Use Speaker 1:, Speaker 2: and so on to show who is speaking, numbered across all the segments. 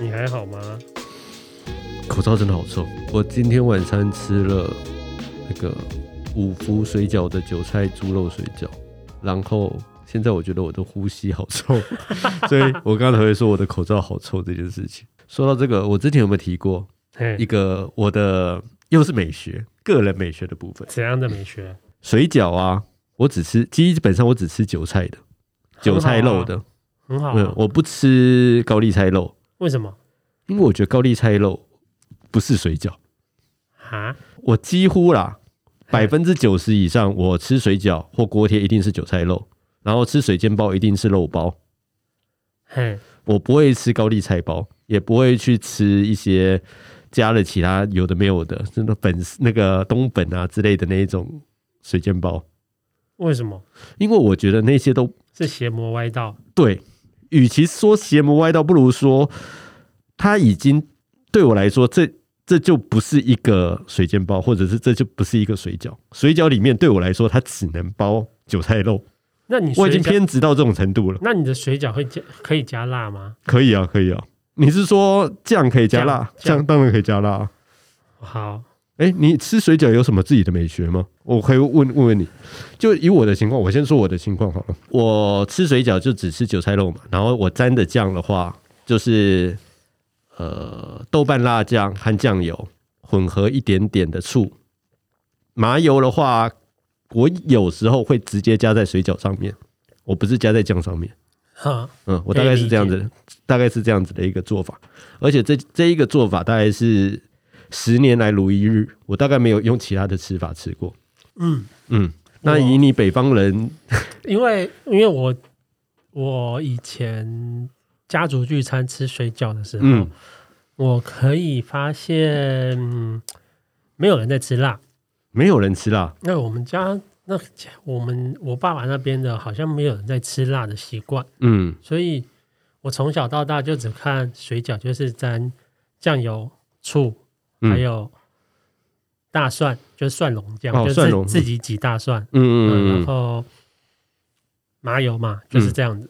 Speaker 1: 你还好吗？
Speaker 2: 口罩真的好臭。我今天晚餐吃了那个五福水饺的韭菜猪肉水饺，然后现在我觉得我的呼吸好臭， 所以我刚才会说我的口罩好臭这件事情。说到这个，我之前有没有提过一
Speaker 1: 嘿，
Speaker 2: 个我的又是美学个人美学的部分？
Speaker 1: 怎样的美学？
Speaker 2: 水饺啊，我只吃基本上我只吃韭菜的，韭菜肉的，
Speaker 1: 很好、
Speaker 2: 嗯
Speaker 1: 啊，。
Speaker 2: 我不吃高丽菜肉，
Speaker 1: 为什么？
Speaker 2: 因为我觉得高丽菜肉不是水饺。
Speaker 1: 哈，
Speaker 2: 我几乎啦，百
Speaker 1: 嘿
Speaker 2: 分之九十以上，我吃水饺或锅贴一定是韭菜肉，然后吃水煎包一定是肉包，
Speaker 1: 嘿，
Speaker 2: 我不会吃高丽菜包，也不会去吃一些加了其他有的没有的，真的本那个东本啊之类的那一种水煎包，
Speaker 1: 为什么？
Speaker 2: 因为我觉得那些都
Speaker 1: 是邪魔歪道。
Speaker 2: 对，与其说邪魔歪道，不如说它已经对我来说，这这就不是一个水煎包，或者是这就不是一个水饺。水饺里面对我来说，它只能包韭菜肉，
Speaker 1: 那你水
Speaker 2: 我已经
Speaker 1: 饺，
Speaker 2: 偏执到这种程度了。
Speaker 1: 那你的水饺会加可以加辣吗？
Speaker 2: 可以啊，可以啊。你是说酱可以加辣？
Speaker 1: 酱酱
Speaker 2: 酱当然可以加辣、啊。
Speaker 1: 好，
Speaker 2: 哎，你吃水饺有什么自己的美学吗？我可以问问问你，就以我的情况，我先说我的情况好了。我吃水饺就只吃韭菜肉嘛，然后我沾的酱的话，就是呃豆瓣辣酱和酱油混合一点点的醋，麻油的话，我有时候会直接加在水饺上面，我不是加在酱上面。
Speaker 1: 哈，
Speaker 2: 嗯，我
Speaker 1: 可以
Speaker 2: 大概是
Speaker 1: 理
Speaker 2: 这样
Speaker 1: 解
Speaker 2: 子，大概是这样子的一个做法，而且这这一个做法大概是十年来如一日，我大概没有用其他的吃法吃过。
Speaker 1: 嗯，
Speaker 2: 嗯，那
Speaker 1: 哇
Speaker 2: 以你北方人，
Speaker 1: 因为因为我我以前家族聚餐吃水饺的时候，
Speaker 2: 嗯
Speaker 1: 我可以发现、嗯没有人在吃辣。
Speaker 2: 没有人吃辣，
Speaker 1: 那我们家那我们我爸爸那边的好像没有人在吃辣的习惯，
Speaker 2: 嗯，
Speaker 1: 所以我从小到大就只看水饺，就是沾酱油、醋，
Speaker 2: 嗯
Speaker 1: 还有大蒜，就是蒜蓉酱，
Speaker 2: 哦
Speaker 1: 就是
Speaker 2: 蒜蓉
Speaker 1: 自自己挤大蒜，嗯，
Speaker 2: 嗯嗯
Speaker 1: 然
Speaker 2: 嗯
Speaker 1: 后麻油嘛，就是这样子。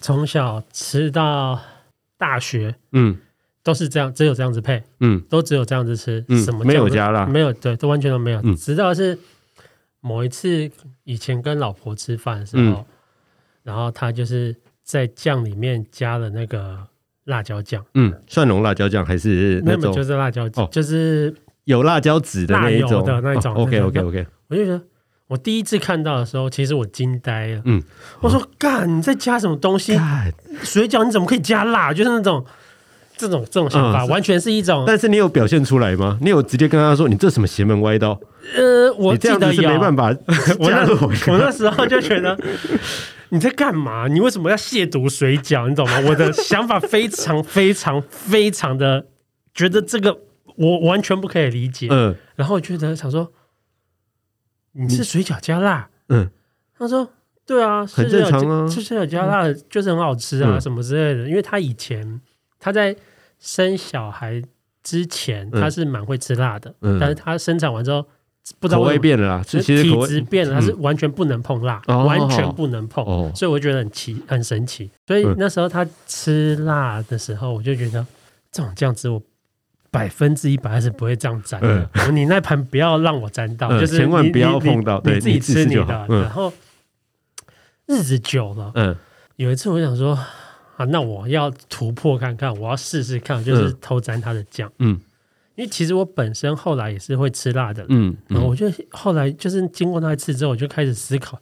Speaker 1: 从小吃到大学
Speaker 2: 嗯
Speaker 1: 都是这样，只有这样子配，
Speaker 2: 嗯
Speaker 1: 都只有这样子吃，
Speaker 2: 嗯
Speaker 1: 什么
Speaker 2: 没
Speaker 1: 酱
Speaker 2: 有
Speaker 1: 都
Speaker 2: 加辣
Speaker 1: 没有对，都完全都没有。
Speaker 2: 嗯
Speaker 1: 直到是某一次以前跟老婆吃饭的时候，
Speaker 2: 嗯
Speaker 1: 然后她就是在酱里面加了那个辣椒酱，
Speaker 2: 嗯，蒜蓉辣椒酱还是那
Speaker 1: 那么
Speaker 2: 种
Speaker 1: 就是辣椒，
Speaker 2: 哦
Speaker 1: 就是
Speaker 2: 有辣椒籽的那一
Speaker 1: 辣
Speaker 2: 种哦
Speaker 1: 油的那一种
Speaker 2: OK OK OK，
Speaker 1: 我就觉得。我第一次看到的时候，其实我惊呆了。
Speaker 2: 嗯，
Speaker 1: 我说：“干，你在加什么东西？
Speaker 2: 干
Speaker 1: 水饺你怎么可以加辣？”就是那种这种这种想法，
Speaker 2: 嗯是
Speaker 1: 完全是一种
Speaker 2: 但是你有表现出来吗？你有直接跟他说你这什么邪门歪道？
Speaker 1: 呃，我
Speaker 2: 你
Speaker 1: 记
Speaker 2: 这样
Speaker 1: 得
Speaker 2: 子是
Speaker 1: 有，
Speaker 2: 没办法
Speaker 1: 我
Speaker 2: 加
Speaker 1: 那
Speaker 2: 入我
Speaker 1: 我 那时候就觉得 你在干嘛？你为什么要亵渎水饺？你懂吗？我的想法非常非常非常的觉得这个我完全不可以理解。
Speaker 2: 嗯
Speaker 1: 然后我觉得想说，你吃水饺加辣？
Speaker 2: 嗯
Speaker 1: 他说对啊，
Speaker 2: 很
Speaker 1: 吃水饺
Speaker 2: 正常啊
Speaker 1: 加吃水饺加辣的就是很好吃啊，
Speaker 2: 嗯
Speaker 1: 什么之类的。因为他以前他在生小孩之前，
Speaker 2: 嗯
Speaker 1: 他是蛮会吃辣的，
Speaker 2: 嗯
Speaker 1: 但是他生产完之后。不知道
Speaker 2: 口
Speaker 1: 为什么
Speaker 2: 味
Speaker 1: 呃
Speaker 2: 变了啦，是其实口
Speaker 1: 体
Speaker 2: 味
Speaker 1: 质变了，它是完全不能碰辣，
Speaker 2: 哦
Speaker 1: 完全不能碰，
Speaker 2: 嗯哦
Speaker 1: 所以我觉得很奇很神奇。所以
Speaker 2: 嗯
Speaker 1: 那时候他吃辣的时候，我就觉得这种酱汁我百分之一百是不会这样沾的。你那盘不要让我沾到，
Speaker 2: 嗯
Speaker 1: 就是
Speaker 2: 千万
Speaker 1: 你
Speaker 2: 不要
Speaker 1: 你
Speaker 2: 碰到
Speaker 1: 你
Speaker 2: 对
Speaker 1: 你自己
Speaker 2: 你自己
Speaker 1: 吃
Speaker 2: 吃
Speaker 1: 你
Speaker 2: 就
Speaker 1: 的
Speaker 2: 好。嗯
Speaker 1: 然后日子久了，
Speaker 2: 嗯。
Speaker 1: 有一次我想说啊，那我要突破看看，我要试试看，就是
Speaker 2: 嗯
Speaker 1: 偷沾他的酱。
Speaker 2: 嗯
Speaker 1: 因为其实我本身后来也是会吃辣的人，
Speaker 2: 嗯，
Speaker 1: 嗯，
Speaker 2: 嗯
Speaker 1: 我就后来就是经过那一次之后，我就开始思考，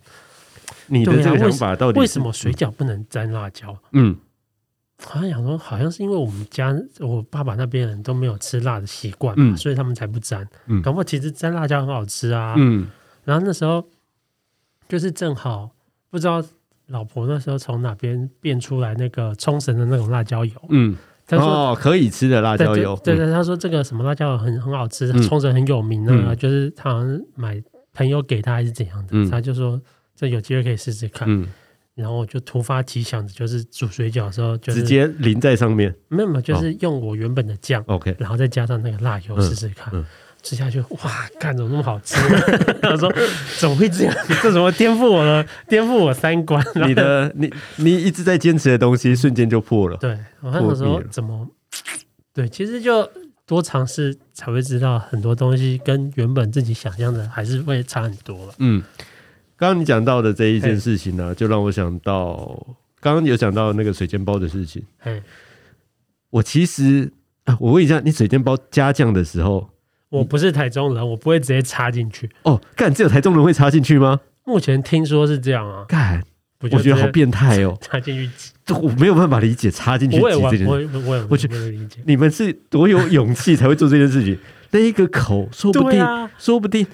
Speaker 2: 你的
Speaker 1: 对啊
Speaker 2: 这个
Speaker 1: 为
Speaker 2: 想
Speaker 1: 什
Speaker 2: 法到底
Speaker 1: 为
Speaker 2: 是
Speaker 1: 什么水？饺不能沾辣椒？
Speaker 2: 嗯
Speaker 1: 好像想说，好像是因为我们家我爸爸那边人都没有吃辣的习惯嘛，
Speaker 2: 嗯
Speaker 1: 所以他们才不沾。
Speaker 2: 嗯
Speaker 1: 搞不好其实沾辣椒很好吃啊。
Speaker 2: 嗯
Speaker 1: 然后那时候就是正好不知道老婆那时候从哪边变出来那个冲绳的那种辣椒油，
Speaker 2: 嗯，
Speaker 1: 她说
Speaker 2: 哦，可以吃的辣椒油，
Speaker 1: 对对对，他说这个什么辣椒油很很好吃，
Speaker 2: 嗯
Speaker 1: 冲绳很有名啊，
Speaker 2: 嗯
Speaker 1: 就是他好像买朋友给他还是怎样的，
Speaker 2: 嗯
Speaker 1: 他就说这有机会可以试试看。
Speaker 2: 嗯，
Speaker 1: 然后我就突发奇想的，就是煮水饺的时候，就
Speaker 2: 嗯，
Speaker 1: 是
Speaker 2: 直接淋在上面
Speaker 1: 没有没有，就是用我原本的酱，
Speaker 2: 哦，OK，
Speaker 1: 然后再加上那个辣油
Speaker 2: 嗯
Speaker 1: 试试看。
Speaker 2: 嗯
Speaker 1: 吃下去，哇，干怎么那么好吃？ 他说怎么会这样？这怎么颠覆我了？颠覆我三 观？然后
Speaker 2: 你的你你一直在坚持的东西，瞬间就破了，
Speaker 1: 对，我那时
Speaker 2: 破
Speaker 1: 候
Speaker 2: 灭了
Speaker 1: 怎么对，其实就多尝试才会知道很多东西跟原本自己想象的还是会差很多了。
Speaker 2: 嗯，刚刚你讲到的这一件事情呢、就让我想到刚刚有讲到那个水煎包的事情。
Speaker 1: 哎，
Speaker 2: 我其实啊我问一下，你水煎包加酱的时候，
Speaker 1: 我不是台中人，我不会直接插进去。
Speaker 2: 哦，干，只有台中人会插进去吗？
Speaker 1: 目前听说是这样啊，
Speaker 2: 干，
Speaker 1: 我
Speaker 2: 我觉得好
Speaker 1: 变
Speaker 2: 变态哦，
Speaker 1: 插进去挤，
Speaker 2: 这我没有办法理解插进去
Speaker 1: 我也
Speaker 2: 挤
Speaker 1: 完
Speaker 2: 这件
Speaker 1: 我
Speaker 2: 事。
Speaker 1: 也我也
Speaker 2: 我觉
Speaker 1: 不能理解。
Speaker 2: 你们是多有勇气才会做这件事情？ 那一个口，说不
Speaker 1: 对
Speaker 2: 定，
Speaker 1: 啊
Speaker 2: 说不定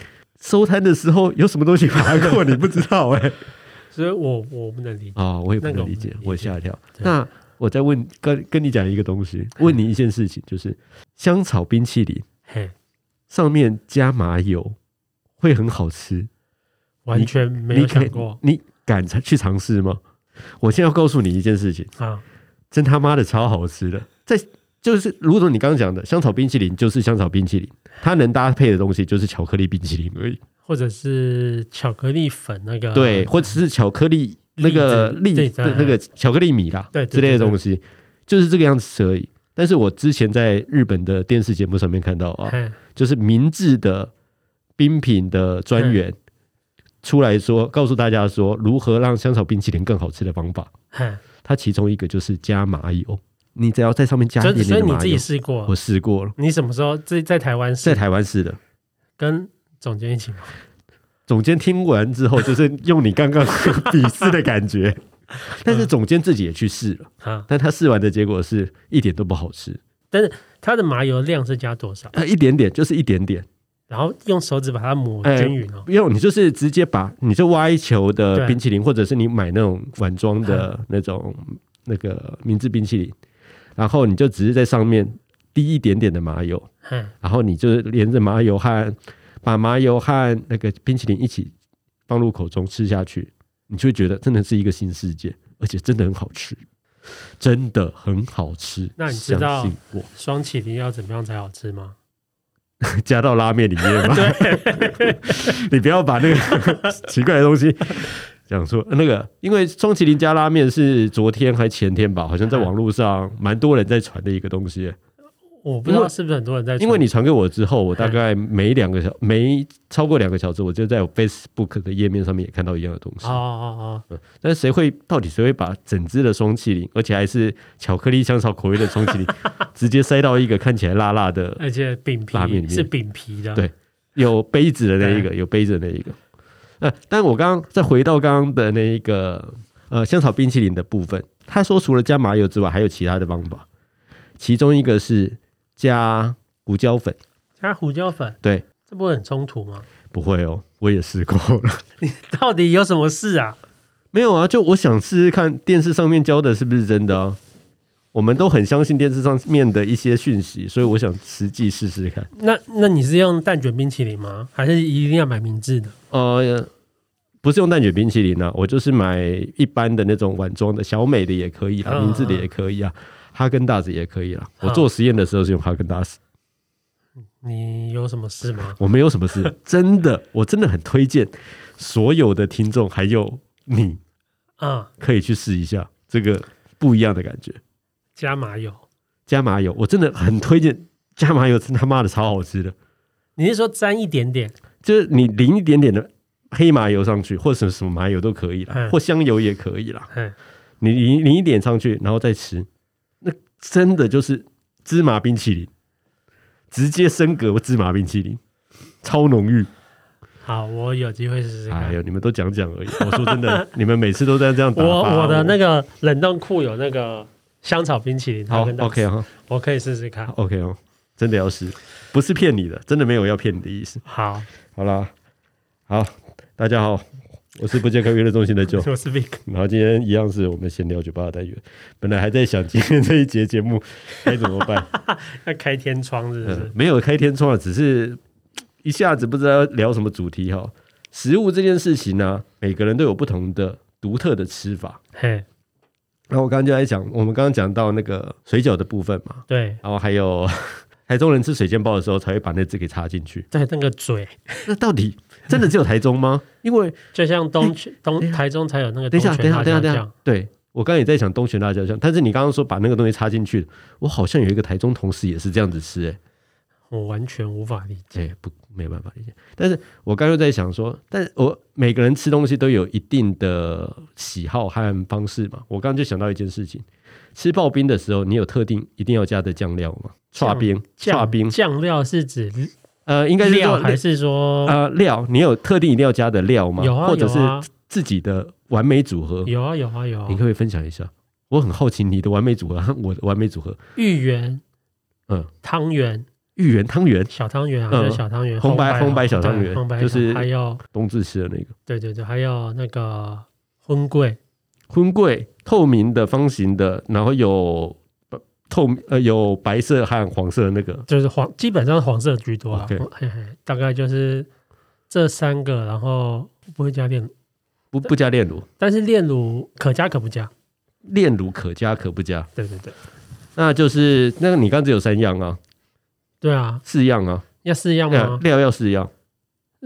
Speaker 2: 收摊的时候有什么东西爬过，你不知道哎、
Speaker 1: 所以我我不能理解。
Speaker 2: 哦，我也不
Speaker 1: 那个
Speaker 2: 能
Speaker 1: 我
Speaker 2: 理
Speaker 1: 们
Speaker 2: 解
Speaker 1: 理，
Speaker 2: 我
Speaker 1: 解
Speaker 2: 吓一跳。
Speaker 1: 对
Speaker 2: 那我再问，跟跟你讲一个东西，问你一件事情，就是香草冰淇淋
Speaker 1: 嘿，
Speaker 2: 上面加麻油会很好吃，
Speaker 1: 完全没
Speaker 2: 你
Speaker 1: 有想
Speaker 2: 敢
Speaker 1: 过
Speaker 2: 你敢去尝试吗？我现在要告诉你一件事情，
Speaker 1: 啊！
Speaker 2: 真他妈的超好吃的，在。就是，如同你刚刚讲的，香草冰淇淋就是香草冰淇淋，它能搭配的东西就是巧克力冰淇淋而已。
Speaker 1: 或者是巧克力粉那个，
Speaker 2: 对，或者是巧克力那个
Speaker 1: 栗啊子
Speaker 2: 粒
Speaker 1: 栗子
Speaker 2: 那那个巧克力米啦，
Speaker 1: 对对
Speaker 2: 之类的东西，就是这个样子而已。但是我之前在日本的电视节目上面看到啊，
Speaker 1: 嘿，
Speaker 2: 就是明治的冰品的专员出来说，告诉大家说如何让香草冰淇淋更好吃的方法。
Speaker 1: 嘿，
Speaker 2: 它其中一个就是加麻油，你只要在上面加
Speaker 1: 所
Speaker 2: 一
Speaker 1: 以
Speaker 2: 点
Speaker 1: 所以
Speaker 2: 点
Speaker 1: 你
Speaker 2: 麻
Speaker 1: 自
Speaker 2: 油
Speaker 1: 己。试过
Speaker 2: 我？试过了，
Speaker 1: 你什么时候在在台湾
Speaker 2: 在
Speaker 1: 试？
Speaker 2: 台湾试的。
Speaker 1: 跟总监一起吗？
Speaker 2: 总监听完之后，就是用你刚刚 鄙视的感觉，但是总监自己也去试了。
Speaker 1: 啊，
Speaker 2: 但他试完的结果是一点都不好吃，
Speaker 1: 它的麻油量是加多少？
Speaker 2: 呃，一点点就是一点点，
Speaker 1: 然后用手指把它抹
Speaker 2: 哎
Speaker 1: 均匀哦。
Speaker 2: 因为你就是直接把你就挖一球的
Speaker 1: 对
Speaker 2: 冰淇淋，或者是你买那种碗装的那种那个明治冰淇淋，然后你就只是在上面滴一点点的麻油，
Speaker 1: 嘿，
Speaker 2: 然后你就是连着麻油和把麻油和那个冰淇淋一起放入口中吃下去，你就会觉得真的是一个新世界，而且真的很好吃，真的很好吃。
Speaker 1: 那你知道
Speaker 2: 相信我？
Speaker 1: 双起灵要怎么样才好吃吗？
Speaker 2: 加到拉面里 面吗？你不要把那个奇怪的东西讲错。那个，因为双麒麟加拉面是昨天还前天吧，好像在网络上蛮多人在传的一个东西。
Speaker 1: 我不知道是不是很多人在传，
Speaker 2: 因为你传给我之后，我大概每两个小没超过两个小时，我就在我 Facebook 的页面上面也看到一样的东西
Speaker 1: 哦。哦哦，
Speaker 2: 但是谁会到底谁会把整只的双麒麟，而且还是巧克力香草口味的双麒麟，直接塞到一个看起来辣辣的
Speaker 1: 而且饼
Speaker 2: 拉面
Speaker 1: 皮
Speaker 2: 里面
Speaker 1: 是饼皮的，
Speaker 2: 对有杯子的那一个，有杯子的那一个。呃，但我刚刚再回到刚刚的那一个呃香草冰淇淋的部分，他说除了加麻油之外，还有其他的方法，其中一个是加胡椒粉。
Speaker 1: 加胡椒粉，
Speaker 2: 对，
Speaker 1: 这不会很冲突吗？
Speaker 2: 不会哦，我也试过了。
Speaker 1: 到底有什么事啊？
Speaker 2: 没有啊，就我想试试看电视上面教的是不是真的啊。我们都很相信电视上面的一些讯息，所以我想实际试试看。
Speaker 1: 那那你是用蛋卷冰淇淋吗？还是一定要买明治的？
Speaker 2: 呃，不是用蛋卷冰淇淋啊，我就是买一般的那种碗装的，小美的也可以啦，
Speaker 1: 嗯
Speaker 2: 明治的也可以啊，哈根达斯也可以啦。
Speaker 1: 嗯
Speaker 2: 我做实验的时候是用哈根达斯，
Speaker 1: 你有什么事吗？
Speaker 2: 我没有什么事，真的，我真的很推荐所有的听众还有你
Speaker 1: 啊，
Speaker 2: 可以去试一下这个不一样的感觉。
Speaker 1: 加麻油。
Speaker 2: 加麻油，我真的很推荐加麻油，真他妈的超好吃的，
Speaker 1: 你是说沾一点点？
Speaker 2: 就是你淋一点点的黑麻油上去，或者什么什么麻油都可以啦，
Speaker 1: 嗯
Speaker 2: 或香油也可以啦。
Speaker 1: 嗯，
Speaker 2: 你你你一点上去，然后再吃，那真的就是芝麻冰淇淋，直接升格芝麻冰淇淋，超浓郁。
Speaker 1: 好，我有机会试试看
Speaker 2: 哎。呦，你们都讲讲而已。我说真的，你们每次都在这样打
Speaker 1: 我
Speaker 2: 发啊
Speaker 1: 我的那
Speaker 2: 个
Speaker 1: 个冷冻库有那个香草冰淇淋，
Speaker 2: 好
Speaker 1: 它跟它
Speaker 2: OK 哈
Speaker 1: 我可以试试看。
Speaker 2: OK 哦，真的要试，不是骗你的，真的没有要骗你的意思。
Speaker 1: 好，
Speaker 2: 好啦，好，大家好，我是不健康娱乐中心的 Joe。
Speaker 1: 我是 Vic，
Speaker 2: 然后今天一样是我们闲聊酒吧的单元，本来还在想今天这一节节目该怎么 办，
Speaker 1: 要开天窗是不
Speaker 2: 嗯
Speaker 1: 是？
Speaker 2: 没有开天窗，只是一下子不知道要聊什么主题哈。食物这件事情呢、每个人都有不同的独特的吃法。
Speaker 1: 嘿，
Speaker 2: 然后我刚刚就在讲，我们刚刚讲到那个水饺的部分嘛，
Speaker 1: 对
Speaker 2: 然后还有 台中人吃水煎包的时候才会把那只给插进去。
Speaker 1: 对，那个嘴
Speaker 2: 那到底真的只有台中吗？因为
Speaker 1: 就像东区东台中才有那个东
Speaker 2: 等一下，等
Speaker 1: 泉
Speaker 2: 一下，
Speaker 1: 辣
Speaker 2: 等一下，
Speaker 1: 椒
Speaker 2: 等一下
Speaker 1: 酱，，
Speaker 2: 对我刚刚也在想东泉辣椒酱，但是你刚刚说把那个东西插进去，我好像有一个台中同事也是这样子吃、欸，
Speaker 1: 我完全无法理解。
Speaker 2: 哎、不没办法理解。但是我刚刚又在想说，但是我每个人吃东西都有一定的喜好和方式嘛。我刚刚就想到一件事情，吃刨冰的时候，你有特定一定要加的酱料吗？
Speaker 1: 酱
Speaker 2: 刨冰，
Speaker 1: 酱
Speaker 2: 刨冰，
Speaker 1: 酱料是指
Speaker 2: 呃，应该是
Speaker 1: 料
Speaker 2: 说
Speaker 1: 还是说
Speaker 2: 呃料，你有特定一定要加的料吗？
Speaker 1: 有啊
Speaker 2: 或者是
Speaker 1: 有啊
Speaker 2: 自己的完美组合？
Speaker 1: 有啊有啊有啊
Speaker 2: 你可不可以分享一下？我很好奇你的完美组合和我的完美组合，
Speaker 1: 芋圆，
Speaker 2: 嗯，
Speaker 1: 汤圆、
Speaker 2: 芋圆汤圆，
Speaker 1: 小汤圆啊，
Speaker 2: 嗯
Speaker 1: 就是小汤圆，
Speaker 2: 红白红白小汤圆
Speaker 1: 对红白
Speaker 2: 就
Speaker 1: 小
Speaker 2: 是
Speaker 1: 还有
Speaker 2: 冬至吃的那个
Speaker 1: 对对对，还有那个荤桂，
Speaker 2: 荤桂，透明的方形的，然后有呃透明呃有白色和黄色的那个，
Speaker 1: 就是黄，基本上是黄色居多啊
Speaker 2: OK
Speaker 1: 嘿嘿，大概就是这三个，然后不会加炼乳，
Speaker 2: 不不加炼乳，
Speaker 1: 但是炼乳可加可不加，
Speaker 2: 炼乳可加可不加，
Speaker 1: 对对对，
Speaker 2: 那就是那个你刚刚只有三样啊，
Speaker 1: 对啊，
Speaker 2: 四样啊，
Speaker 1: 要四样
Speaker 2: 那
Speaker 1: 吗？
Speaker 2: 料要四样，啊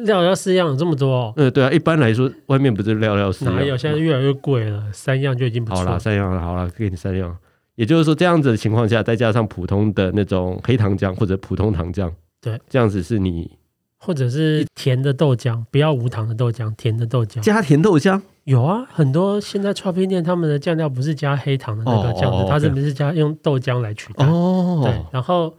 Speaker 1: 料要四样，有这么多、哦？
Speaker 2: 呃对啊，一般来说外面不是料要四样吗，啊
Speaker 1: 哪有？现在越来越贵了，三样就已经不错
Speaker 2: 好啦，
Speaker 1: 了。
Speaker 2: 三样啦好啦，给你三样。也就是说，这样子的情况下，再加上普通的那种黑糖浆或者普通糖浆，
Speaker 1: 对，
Speaker 2: 这样子是你
Speaker 1: 或者是甜的豆浆，不要无糖的豆浆，甜的豆浆
Speaker 2: 加甜豆浆
Speaker 1: 有啊，很多现在串冰店他们的酱料不是加黑糖的那个
Speaker 2: 哦
Speaker 1: 酱
Speaker 2: 哦
Speaker 1: 的，
Speaker 2: 哦
Speaker 1: 它是
Speaker 2: 对
Speaker 1: 不是加用豆浆来取代？对
Speaker 2: 哦，，
Speaker 1: 然后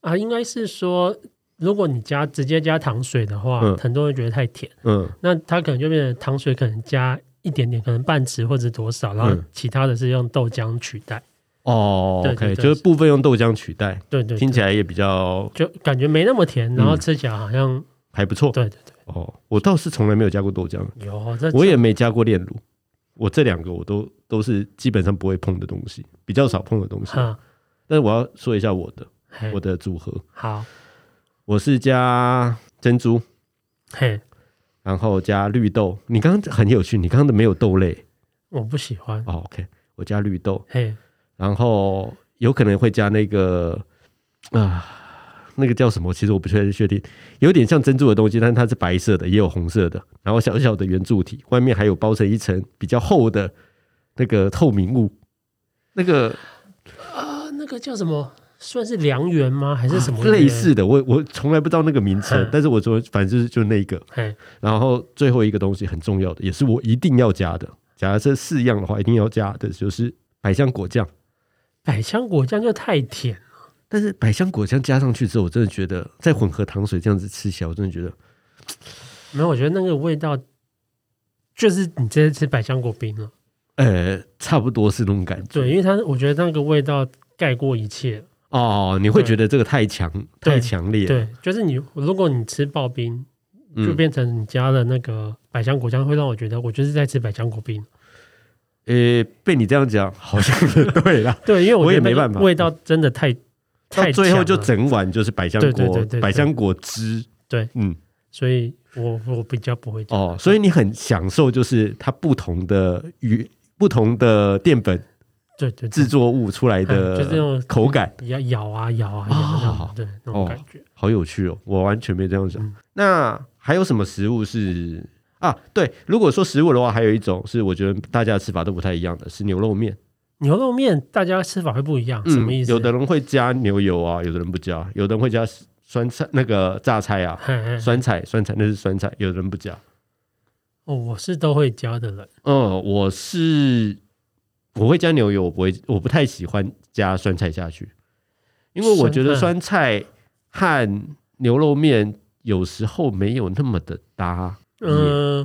Speaker 1: 啊，应该是说，如果你加直接加糖水的话，
Speaker 2: 嗯
Speaker 1: 很多人觉得太甜，
Speaker 2: 嗯，
Speaker 1: 那它可能就变成糖水可能加一点点，可能半匙或者多少，然后
Speaker 2: 嗯
Speaker 1: 其他的是用豆浆取代。
Speaker 2: 哦
Speaker 1: 对
Speaker 2: ，OK，
Speaker 1: 对对
Speaker 2: 就是部分用豆浆取代，
Speaker 1: 对对
Speaker 2: 听
Speaker 1: 对，
Speaker 2: 起来也比较
Speaker 1: 就感觉没那么甜，然后
Speaker 2: 嗯
Speaker 1: 吃起来好像、
Speaker 2: 还不错。
Speaker 1: 对对
Speaker 2: 哦，我倒是从来没有加过豆浆，
Speaker 1: 对，有这
Speaker 2: 我也没加过炼乳，我这两个我都都是基本上不会碰的东西，比较少碰的东西。
Speaker 1: 哈，
Speaker 2: 但是我要说一下我的
Speaker 1: 嘿
Speaker 2: 我的组合，
Speaker 1: 好
Speaker 2: 我是加珍珠，
Speaker 1: 嘿，
Speaker 2: 然后加绿豆。你刚刚很有趣，你刚刚的没有豆类
Speaker 1: 我不喜欢
Speaker 2: 哦。OK，我加绿豆，
Speaker 1: 嘿，
Speaker 2: 然后有可能会加那个啊，那个叫什么？其实我不确确定，有点像珍珠的东西，但是它是白色的，也有红色的，然后小小的圆柱体，外面还有包成一层比较厚的那个透明物。那个
Speaker 1: 啊，那个叫什么？算是良缘吗？还是什么
Speaker 2: 啊类似的，我我从来不知道那个名称
Speaker 1: 嗯，
Speaker 2: 但是我说反正就是就那一个，
Speaker 1: 嘿，
Speaker 2: 然后最后一个东西很重要的，也是我一定要加的。假如这四样的话，一定要加的就是百香果酱。
Speaker 1: 百香果酱就太甜，
Speaker 2: 但是百香果酱加上去之后，我真的觉得再混合糖水这样子吃起来，我真的觉得
Speaker 1: 没有，我觉得那个味道就是你这次吃百香果冰了。
Speaker 2: 呃，差不多是那种感觉。
Speaker 1: 对，因为它我觉得那个味道盖过一切。
Speaker 2: 哦，你会觉得这个太强
Speaker 1: 对
Speaker 2: 太强烈，，
Speaker 1: 对，就是你如果你吃刨冰，就
Speaker 2: 嗯，
Speaker 1: 变成你加了那个百香果酱，会让我觉得我就是在吃百香果冰。
Speaker 2: 呃，被你这样讲，好像是对啦。
Speaker 1: 对，因为
Speaker 2: 我
Speaker 1: 觉
Speaker 2: 也
Speaker 1: 得那
Speaker 2: 没
Speaker 1: 个
Speaker 2: 办法
Speaker 1: 味道真的太
Speaker 2: 到
Speaker 1: 太
Speaker 2: 最后就
Speaker 1: 整，
Speaker 2: 整碗就是百 香
Speaker 1: 对对
Speaker 2: 果
Speaker 1: 对对
Speaker 2: 百香果汁，
Speaker 1: 对，
Speaker 2: 嗯，
Speaker 1: 所以我我比较不会加。
Speaker 2: 哦，所以你很享受就是它不同的与不同的淀粉
Speaker 1: 对对，对
Speaker 2: 制作物出来
Speaker 1: 嗯就是那
Speaker 2: 的
Speaker 1: 种
Speaker 2: 口感，
Speaker 1: 要咬啊咬啊
Speaker 2: 哦
Speaker 1: 咬啊，这样对那种
Speaker 2: 哦
Speaker 1: 感觉。
Speaker 2: 好有趣哦！我完全没这样想。
Speaker 1: 嗯
Speaker 2: 那还有什么食物是啊？对，如果说食物的话，还有一种是我觉得大家吃法都不太一样的，是牛肉面。
Speaker 1: 牛肉面大家吃法会不一样，嗯什么意思？
Speaker 2: 嗯有的人会加牛油啊，有的人不加，有的人会加酸菜那个榨菜啊，
Speaker 1: 嘿嘿
Speaker 2: 酸菜酸菜那是酸菜，有的人不加。
Speaker 1: 哦，我是都会加的人。
Speaker 2: 嗯，我是我会加牛油，我不会，我不太喜欢加酸菜下去，因为我觉得酸
Speaker 1: 酸
Speaker 2: 菜和牛肉面有时候没有那么的搭。
Speaker 1: 嗯、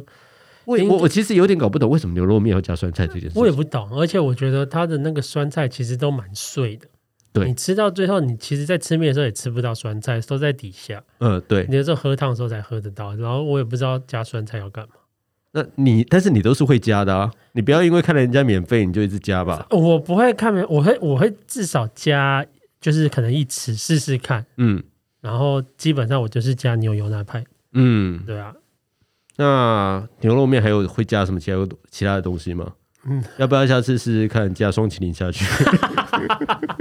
Speaker 2: 我我我其实有点搞不懂为什么牛肉面要加酸菜这件事情。
Speaker 1: 我也不懂，而且我觉得它的那个酸菜其实都蛮碎的。
Speaker 2: 对
Speaker 1: 你吃到最后，你其实，在吃面的时候也吃不到酸菜，都在底下。
Speaker 2: 呃，对，
Speaker 1: 你有时候喝汤的时候才喝得到，然后我也不知道加酸菜要干嘛。
Speaker 2: 那你但是你都是会加的啊，你不要因为看人家免费你就一直加吧。
Speaker 1: 哦我不会看面，我会我会至少加，就是可能一匙试试看。
Speaker 2: 嗯
Speaker 1: 然后基本上我就是加牛油那派，
Speaker 2: 嗯，
Speaker 1: 对啊，
Speaker 2: 那牛肉面还有会加什么其他其他的东西吗？嗯
Speaker 1: 嗯，
Speaker 2: 要不要下次试试看加双麒麟下去？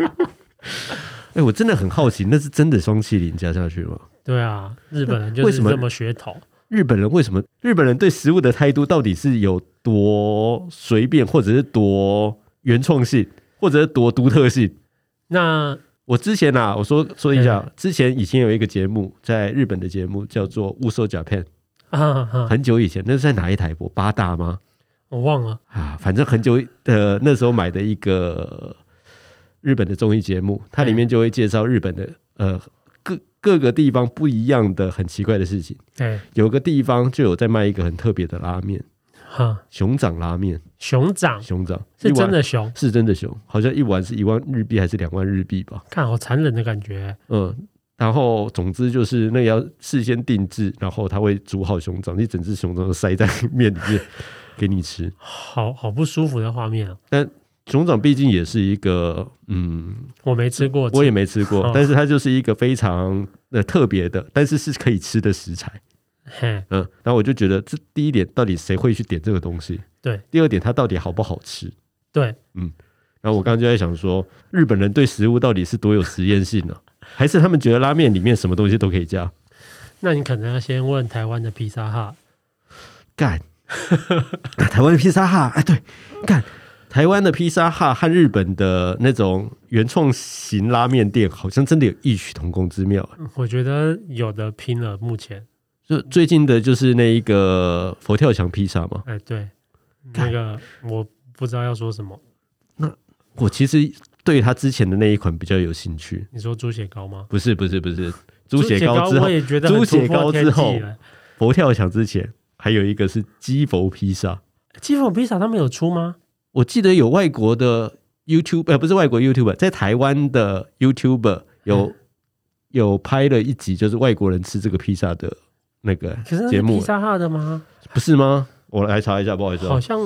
Speaker 2: 哎、我真的很好奇，那是真的双麒麟加下去吗？
Speaker 1: 对啊，日本人
Speaker 2: 为
Speaker 1: 就是
Speaker 2: 什么
Speaker 1: 这么噱头。
Speaker 2: 日本人为什么日本人对食物的态度到底是有多随便，或者是多原创性，或者是多独特性？
Speaker 1: 那
Speaker 2: 我之前啊，我说说一
Speaker 1: 嗯
Speaker 2: 下，之前以前有一个节目，在日本的节目叫做《物售 Japan》，
Speaker 1: 啊哈，
Speaker 2: 很久以前，那是在哪一台播？八大吗？
Speaker 1: 我忘了，
Speaker 2: 啊，反正很久呃那时候买的一个日本的综艺节目，它里面就会介绍日本的呃各各个地方不一样的很奇怪的事情。
Speaker 1: 对，
Speaker 2: 有个地方就有在卖一个很特别的拉面，
Speaker 1: 哈，
Speaker 2: 熊掌拉面，
Speaker 1: 熊掌
Speaker 2: 熊掌
Speaker 1: 是
Speaker 2: 一碗
Speaker 1: 真的熊，
Speaker 2: 是真的熊，好像一碗是一万日币还是两万日币吧？
Speaker 1: 看好残忍的感觉，
Speaker 2: 嗯。然后，总之就是那个要事先定制，然后他会煮好熊掌，一整只熊掌都塞在面里面给你吃。
Speaker 1: 好好不舒服的画面啊！
Speaker 2: 熊掌毕竟也是一个，嗯，
Speaker 1: 我没吃过，
Speaker 2: 我也没吃过
Speaker 1: 哦，
Speaker 2: 但是它就是一个非常呃特别的，但是是可以吃的食材。
Speaker 1: 嘿，
Speaker 2: 嗯，然后我就觉得这第一点，到底谁会去点这个东西？
Speaker 1: 对。
Speaker 2: 第二点，它到底好不好吃？
Speaker 1: 对，
Speaker 2: 然后我刚刚就在想说，日本人对食物到底是多有实验性呢、还是他们觉得拉面里面什么东西都可以加？
Speaker 1: 那你可能要先问台湾的披萨哈，
Speaker 2: 干， 台湾的披萨哈，哎，对，干，台湾的披萨哈和日本的那种原创型拉面店，好像真的有异曲同工之妙。啊
Speaker 1: 我觉得有的拼了，目前，
Speaker 2: 就最近的就是那一个佛跳墙披萨嘛，
Speaker 1: 哎，对，那
Speaker 2: 干
Speaker 1: 个我不知道要说什么，
Speaker 2: 我其实对他之前的那一款比较有兴趣。
Speaker 1: 你说猪血糕吗？
Speaker 2: 不是不是不是，猪血糕之
Speaker 1: 我
Speaker 2: 后，
Speaker 1: 也觉得很
Speaker 2: 猪
Speaker 1: 突
Speaker 2: 血
Speaker 1: 破
Speaker 2: 糕
Speaker 1: 天
Speaker 2: 之
Speaker 1: 际
Speaker 2: 后
Speaker 1: 了
Speaker 2: 佛跳墙之前还有一个是鸡佛披萨，
Speaker 1: 鸡粉披萨他们有出吗？
Speaker 2: 我记得有外国的 YouTube 呃不是外国 YouTuber，在台湾的 YouTuber 有、
Speaker 1: 嗯
Speaker 2: 有拍了一集，就是外国人吃这个披萨的那个
Speaker 1: 可是那
Speaker 2: 节
Speaker 1: 是披
Speaker 2: 目，
Speaker 1: 萨哈的吗？
Speaker 2: 不是吗？我来查一下，不好意思、
Speaker 1: 好
Speaker 2: 啊，
Speaker 1: 像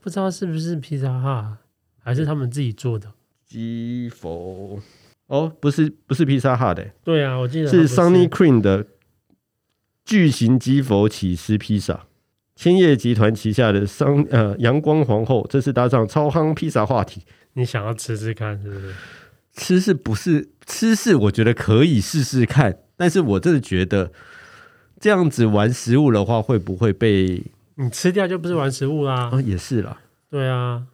Speaker 1: 不知道是不是披萨哈，还是他们自己做的。
Speaker 2: 鸡佛哦，不是不是披萨哈的、
Speaker 1: 对啊，我记得它
Speaker 2: 是
Speaker 1: 不
Speaker 2: Sunny Cream 的巨型鸡佛起司披萨，千叶集团旗下的商呃阳光皇后这次搭上超夯披萨话题。
Speaker 1: 你想要吃吃看是不是？
Speaker 2: 吃是不是吃是我觉得可以试试看，但是我真的觉得这样子玩食物的话，会不会被
Speaker 1: 你吃掉就不是玩食物啦。
Speaker 2: 啊？也是啦，
Speaker 1: 对啊，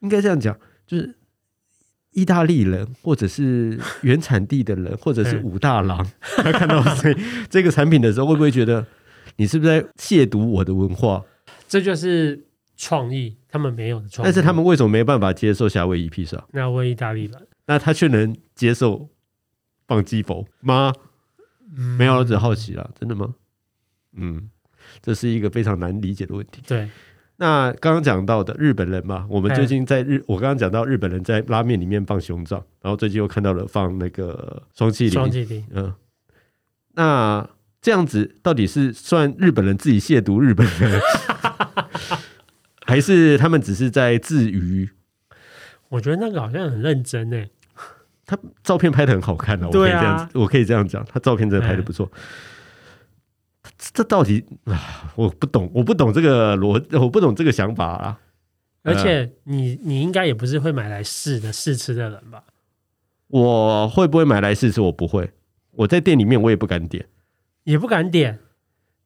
Speaker 2: 应该这样讲，就是意大利人或者是原产地的人，或者是武大郎，他看到这这个产品的时候，会不会觉得你是不是在亵渎我的文化？
Speaker 1: 这就是创意，他们没有的创意。
Speaker 2: 但是他们为什么没办法接受夏威夷披萨？
Speaker 1: 那问意大利人，
Speaker 2: 那他却能接受放鸡佛吗？没有，我只是好奇啦，真的吗？嗯，这是一个非常难理解的问题。
Speaker 1: 对，
Speaker 2: 那刚刚讲到的日本人嘛，我们
Speaker 1: 哎
Speaker 2: 最近在日，我刚刚讲到日本人在拉面里面放熊掌，然后最近又看到了放那个双气
Speaker 1: 双
Speaker 2: 淋，
Speaker 1: 麒麟
Speaker 2: 嗯，那这样子到底是算日本人自己亵渎日本 人，还是他们只是在自娱？
Speaker 1: 我觉得那个好像很认真欸诶。
Speaker 2: 他照片拍的很好看啊，我可以
Speaker 1: 对
Speaker 2: 这
Speaker 1: 啊
Speaker 2: 样，子，我可以这样讲，他照片真的拍的不错。
Speaker 1: 嗯
Speaker 2: 这这到底啊，我不懂，我不懂这个逻，我不懂这个想法啊。
Speaker 1: 而且你你应该也不是会买来试的试吃的人吧？
Speaker 2: 我会不会买来试吃？我不会，我在店里面我也不敢点。
Speaker 1: 也不敢点。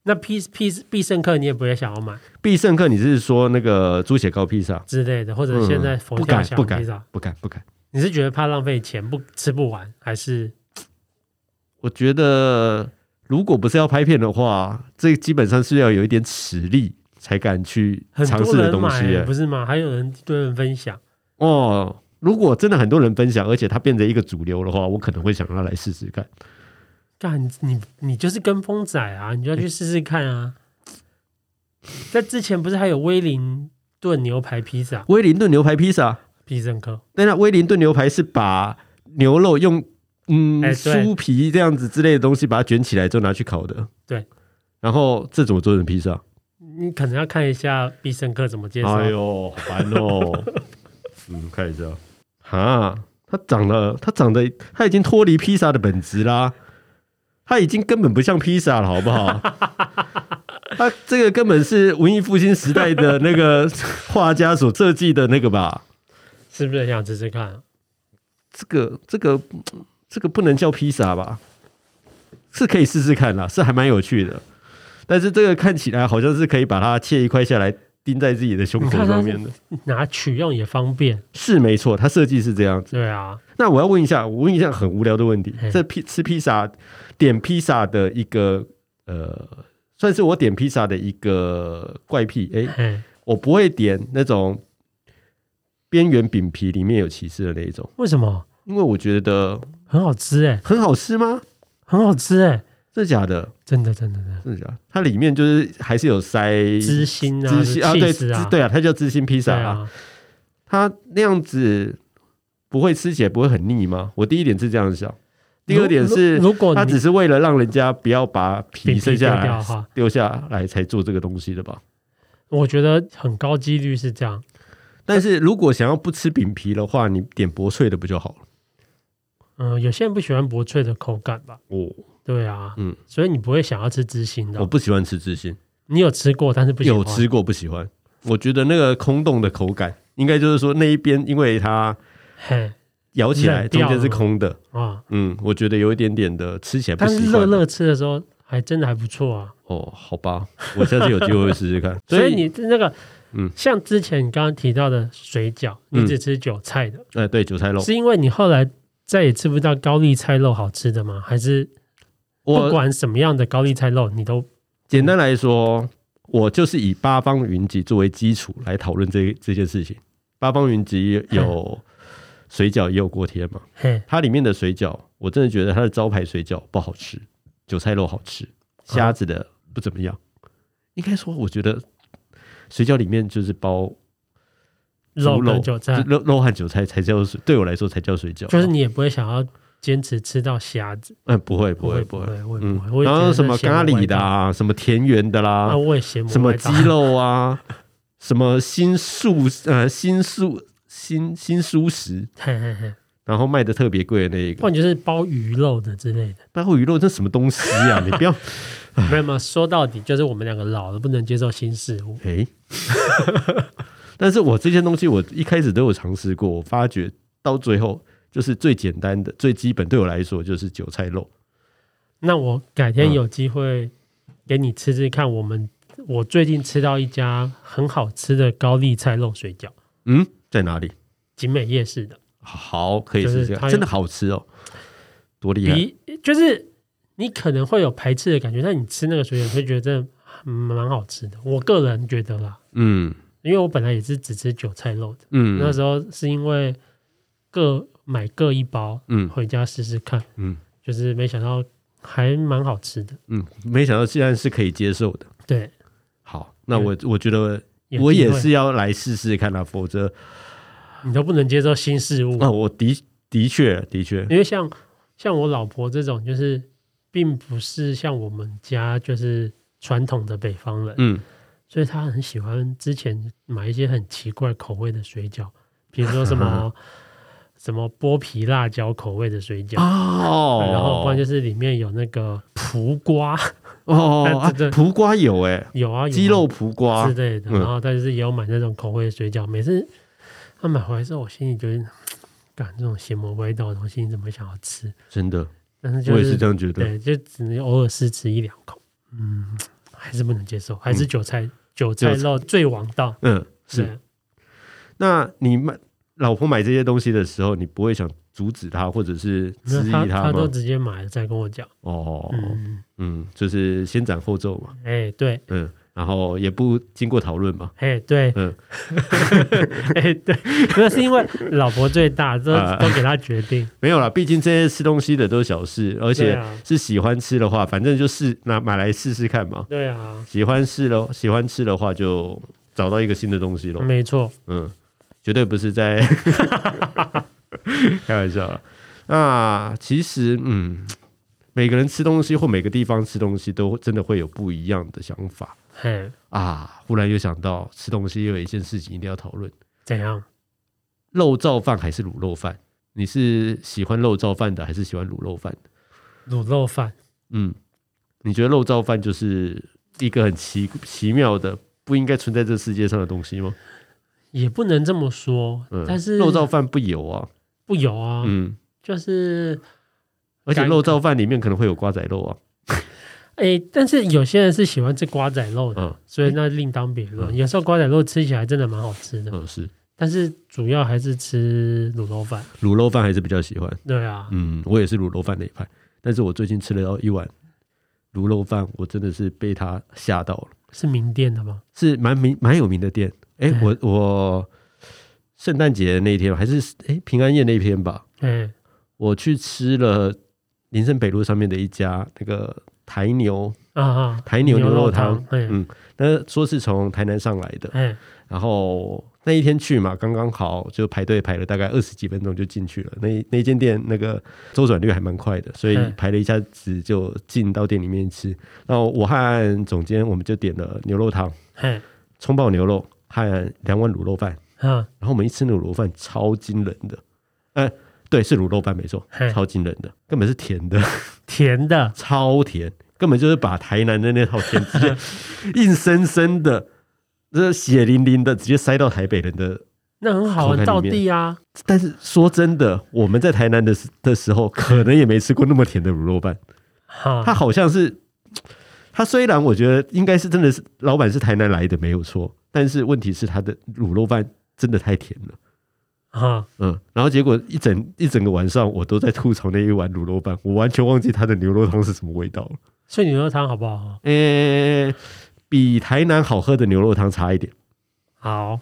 Speaker 1: 那必必必胜客你也不会想要买
Speaker 2: 必胜客，你是说那个猪血糕披萨？
Speaker 1: 之类的，或者
Speaker 2: 嗯
Speaker 1: 现在佛
Speaker 2: 不
Speaker 1: 跳
Speaker 2: 敢，
Speaker 1: 墙
Speaker 2: 不
Speaker 1: 披
Speaker 2: 敢
Speaker 1: 萨，，
Speaker 2: 不敢，不敢。
Speaker 1: 你是觉得怕浪费钱不吃不完，还是
Speaker 2: 我觉得如果不是要拍片的话，这基本上是要有一点实力才敢去
Speaker 1: 很
Speaker 2: 尝
Speaker 1: 多
Speaker 2: 试的
Speaker 1: 人
Speaker 2: 东
Speaker 1: 买、
Speaker 2: 西、耶。
Speaker 1: 不是吗？还有人一堆人分享，
Speaker 2: 哦，如果真的很多人分享，而且它变成一个主流的话，我可能会想要来试试看。
Speaker 1: 干你你就是跟风仔啊，你就要去试试看啊。在之前不是还有威灵顿牛排披萨
Speaker 2: 威灵顿牛排披萨，
Speaker 1: 必胜客？
Speaker 2: 但那威灵顿牛排是把牛肉用嗯、
Speaker 1: 哎对
Speaker 2: 酥皮这样子之类的东西把它卷起来之后拿去烤的。
Speaker 1: 对。
Speaker 2: 然后这怎么做成披萨？
Speaker 1: 你可能要看一下必胜客怎么介绍。
Speaker 2: 哎呦，好 烦哦。嗯，看一下，哈，它长得，它长得，它已经脱离披萨的本质啦，它已经根本不像披萨了，好不好？ 它这个根本是文艺复兴时代的那个画家所设计的那个吧？
Speaker 1: 是不是很想试试看、啊？
Speaker 2: 这个，这个，这个不能叫披萨吧？是可以试试看啦，是还蛮有趣的。但是这个看起来好像是可以把它切一块下来钉在自己的胸口
Speaker 1: 你看它
Speaker 2: 上
Speaker 1: 是
Speaker 2: 面的，
Speaker 1: 拿取用也方便。
Speaker 2: 是没错，它设计是这样子。
Speaker 1: 对啊，
Speaker 2: 那我要问一下，我问一下很无聊的问题
Speaker 1: 嘿，
Speaker 2: 这披吃披萨点披萨的一个呃，算是我点披萨的一个怪癖，诶，
Speaker 1: 嘿，
Speaker 2: 我不会点那种边缘饼皮里面有骑士的那一种，
Speaker 1: 为什么？
Speaker 2: 因为我觉得
Speaker 1: 很好吃哎、
Speaker 2: 很好吃吗？
Speaker 1: 很好吃哎、
Speaker 2: 真的假的？
Speaker 1: 真的真的真的，
Speaker 2: 真的假的？它里面就是还是有塞
Speaker 1: 知心啊，
Speaker 2: 芝心啊，
Speaker 1: 气
Speaker 2: 对
Speaker 1: 死
Speaker 2: 芝
Speaker 1: 啊，
Speaker 2: 对啊，它叫芝心披萨
Speaker 1: 对
Speaker 2: 啊，
Speaker 1: 啊，
Speaker 2: 它那样子不会吃起来不会很腻吗？我第一点是这样想，第二点是
Speaker 1: 如如如果
Speaker 2: 它
Speaker 1: 你
Speaker 2: 只是为了让人家不要把皮
Speaker 1: 饼皮
Speaker 2: 剩下
Speaker 1: 丢掉的
Speaker 2: 来啊
Speaker 1: 话
Speaker 2: 丢下来才做这个东西的吧？
Speaker 1: 我觉得很高几率是这样。
Speaker 2: 但是如果想要不吃饼皮的话，你点薄脆的不就好了？
Speaker 1: 嗯、有些人不喜欢薄脆的口感吧？
Speaker 2: 我
Speaker 1: 对啊，
Speaker 2: 嗯
Speaker 1: 嗯，所以你不会想要吃知心的
Speaker 2: 我
Speaker 1: 哦。
Speaker 2: 不喜欢吃芝心，
Speaker 1: 你有吃过，但是不喜欢。
Speaker 2: 有吃过不喜欢，我觉得那个空洞的口感，应该就是说那一边因为它
Speaker 1: 嘿
Speaker 2: 咬起来
Speaker 1: 冷
Speaker 2: 中
Speaker 1: 掉
Speaker 2: 间是
Speaker 1: 了
Speaker 2: 空的，
Speaker 1: 啊，
Speaker 2: 嗯，我觉得有一点点的吃起来不
Speaker 1: 但是
Speaker 2: 习
Speaker 1: 乐
Speaker 2: 惯。
Speaker 1: 乐吃的时候还真的还不错啊。
Speaker 2: 哦，好吧，我下次有机会会试 试看。
Speaker 1: 所以你那个，
Speaker 2: 嗯
Speaker 1: 嗯，像之前你刚刚提到的水饺，
Speaker 2: 嗯
Speaker 1: 你只吃韭菜的，
Speaker 2: 哎，对韭菜肉，
Speaker 1: 是因为你后来再也吃不到高丽菜肉好吃的吗？还是不
Speaker 2: 我
Speaker 1: 管什么样的高丽菜肉，你都
Speaker 2: 简单来说，我就是以八方云集作为基础来讨论这这件事情。八方云集 有水饺也有锅贴嘛，
Speaker 1: 嘿
Speaker 2: 它里面的水饺，我真的觉得它的招牌水饺不好吃，韭菜肉好吃，
Speaker 1: 啊
Speaker 2: 虾子的不怎么样。应该说，我觉得水饺里面就是包
Speaker 1: 肉
Speaker 2: 猪肉
Speaker 1: 跟韭菜，
Speaker 2: 肉肉和韭菜才叫水，对我来说才叫水饺。
Speaker 1: 就是你也不会想要坚持吃到虾子，
Speaker 2: 嗯，不会不会
Speaker 1: 不
Speaker 2: 不会，
Speaker 1: 会，我也
Speaker 2: 嗯
Speaker 1: 不会。我，也
Speaker 2: 然
Speaker 1: 觉
Speaker 2: 后
Speaker 1: 得
Speaker 2: 什么
Speaker 1: 嫌我
Speaker 2: 咖喱
Speaker 1: 味
Speaker 2: 的
Speaker 1: 道
Speaker 2: 啊，什么田园的啦
Speaker 1: 啊，，我也嫌我
Speaker 2: 什么
Speaker 1: 味
Speaker 2: 鸡
Speaker 1: 道
Speaker 2: 肉啊，什么新素呃新素新新素食，
Speaker 1: 嘿嘿 嘿，
Speaker 2: 然后卖的特别贵的那一
Speaker 1: 或
Speaker 2: 个，
Speaker 1: 者就是包鱼肉的之 类的。
Speaker 2: 包括鱼肉这什么东西啊？你 不要
Speaker 1: 没有没有，说到底就是我们两个老了，不能接受新事物。
Speaker 2: 哎，但是我这些东西我一开始都有尝试过，我发觉到最后就是最简单的、最基本对我来说就是韭菜肉。
Speaker 1: 那我改天有机会给你吃吃看。我们我最近吃到一家很好吃的高丽菜肉水饺，
Speaker 2: 嗯，在哪里？
Speaker 1: 景美夜市的，
Speaker 2: 好，可以
Speaker 1: 就是
Speaker 2: 试试看，
Speaker 1: 它有
Speaker 2: 真的好吃哦，多厉害！
Speaker 1: 比就是你可能会有排斥的感觉，但你吃那个水饺，你会觉得真的嗯蛮好吃的。我个人觉得啦，
Speaker 2: 嗯
Speaker 1: 因为我本来也是只吃韭菜肉的，
Speaker 2: 嗯，
Speaker 1: 那时候是因为各买各一包
Speaker 2: 嗯
Speaker 1: 回家试试看，
Speaker 2: 嗯
Speaker 1: 就是没想到还蛮好吃的。
Speaker 2: 嗯，没想到竟然是可以接受的。
Speaker 1: 对，
Speaker 2: 好，那我我觉得
Speaker 1: 有
Speaker 2: 我
Speaker 1: 机
Speaker 2: 也
Speaker 1: 会
Speaker 2: 是要来试试看啊，否则
Speaker 1: 你都不能接受新事物，
Speaker 2: 啊，我的的确的确，
Speaker 1: 因为像像我老婆这种，就是并不是像我们家就是传统的北方人，
Speaker 2: 嗯，
Speaker 1: 所以她很喜欢之前买一些很奇怪口味的水饺，比如说什 么什么剥皮辣椒口味的水饺。
Speaker 2: 哦，
Speaker 1: 然后不然就是里面有那个蒲瓜，
Speaker 2: 哦
Speaker 1: 哎
Speaker 2: 啊
Speaker 1: 这这，
Speaker 2: 蒲瓜有哎，
Speaker 1: 有啊，有啊
Speaker 2: 鸡肉蒲瓜
Speaker 1: 之，类的，
Speaker 2: 嗯
Speaker 1: 然后但是也有买那种口味的水饺。每次他买回来之后，我心里觉得，感这种邪魔歪道的东西，你怎么会想要吃？
Speaker 2: 真的，
Speaker 1: 但是就
Speaker 2: 我也是这样觉得。
Speaker 1: 对，就只能偶尔试吃一两口，嗯，还是不能接受，还是韭菜、韭菜肉最王道。
Speaker 2: 嗯，是。
Speaker 1: 对，
Speaker 2: 那你买老婆买这些东西的时候，你不会想阻止她或者是质
Speaker 1: 那
Speaker 2: 疑
Speaker 1: 他
Speaker 2: 她
Speaker 1: 他都
Speaker 2: 吗？
Speaker 1: 直接买了再跟我讲，
Speaker 2: 哦，
Speaker 1: 嗯，
Speaker 2: 嗯，就是先斩后奏嘛，
Speaker 1: 哎，对，
Speaker 2: 嗯，然后也不经过讨论嘛，
Speaker 1: 哎，对，
Speaker 2: 嗯
Speaker 1: 哎，对， 那是因为老婆最大，都
Speaker 2: 啊
Speaker 1: 都给他决定，
Speaker 2: 没有啦，毕竟这些吃东西的都是小事，而
Speaker 1: 对
Speaker 2: 且
Speaker 1: 啊，
Speaker 2: 是喜欢吃的话，反正就试拿买来试试看嘛。
Speaker 1: 对啊，
Speaker 2: 喜欢试的喜欢吃的话，就找到一个新的东西咯。
Speaker 1: 没错，
Speaker 2: 嗯，绝对不 是在开玩笑啦。啊那其实，嗯，每个人吃东西或每个地方吃东西，都真的会有不一样的想法
Speaker 1: 哎，
Speaker 2: 啊。忽然又想到吃东西，又有一件事情一定要讨论：
Speaker 1: 怎样？
Speaker 2: 肉燥饭还是卤肉饭？你是喜欢肉燥饭的，还是喜欢卤肉饭的？
Speaker 1: 卤肉饭，
Speaker 2: 嗯，你觉得肉燥饭就是一个很奇奇妙的、不应该存在这世界上的东西吗？
Speaker 1: 也不能这么说
Speaker 2: 嗯，，
Speaker 1: 但是
Speaker 2: 肉燥饭不油啊，
Speaker 1: 不油啊，
Speaker 2: 嗯，
Speaker 1: 就是
Speaker 2: 而且
Speaker 1: 干
Speaker 2: 肉燥饭里面可能会有瓜仔肉啊，
Speaker 1: 哎诶，但是有些人是喜欢吃瓜仔肉的，
Speaker 2: 嗯
Speaker 1: 所以那另当别论。
Speaker 2: 嗯
Speaker 1: 有时候瓜仔肉吃起来真的蛮好吃的，
Speaker 2: 嗯，是
Speaker 1: 但是主要还是吃卤肉饭。
Speaker 2: 卤肉饭还是比较喜欢。
Speaker 1: 对啊，
Speaker 2: 嗯，我也是卤肉饭那一派，但是我最近吃了一碗卤肉饭，我真的是被它吓到了，
Speaker 1: 是名店的吗？
Speaker 2: 是蛮名蛮有名的店。哎、
Speaker 1: 对
Speaker 2: 我我圣诞节那天还是哎、平安夜那天吧，
Speaker 1: 哎，
Speaker 2: 我去吃了林森北路上面的一家那个台牛，
Speaker 1: 啊啊，
Speaker 2: 台牛牛肉汤，
Speaker 1: 哎
Speaker 2: 嗯那说是从台南上来的，
Speaker 1: 哎
Speaker 2: 然后那一天去嘛，刚刚好就排队排了大概二十几分钟就进去了。那那间店那个周转率还蛮快的，所以
Speaker 1: 嗯
Speaker 2: 排了一下子就进到店里面吃。然后我和总监我们就点了牛肉汤、
Speaker 1: 哎
Speaker 2: 葱爆牛肉和两碗卤肉饭。
Speaker 1: 啊，
Speaker 2: 然后我们一吃那卤肉饭超惊人的，呃，对，是卤肉饭没错
Speaker 1: 嘿，
Speaker 2: 超惊人的，根本是甜的，
Speaker 1: 甜的，
Speaker 2: 超甜，根本就是把台南的那套甜直接硬生生的。这血淋淋的直接塞到台北人的
Speaker 1: 那很好
Speaker 2: 口
Speaker 1: 啊，
Speaker 2: 感里
Speaker 1: 到
Speaker 2: 面
Speaker 1: 地啊，
Speaker 2: 但是说真的，我们在台南的时的时候，可能也没吃过那么甜的卤肉饭。它
Speaker 1: 哈，
Speaker 2: 好像是，它虽然我觉得应该是真的是老板是台南来的没有错，但是问题是它的卤肉饭真的太甜了。
Speaker 1: 哈，
Speaker 2: 嗯，然后结果一整一整个晚上，我都在吐槽那一碗卤肉饭，我完全忘记它的牛肉汤是什么味道了。
Speaker 1: 所以牛肉汤好不好喝？
Speaker 2: 诶、呃比台南好喝的牛肉汤差一点，
Speaker 1: 好，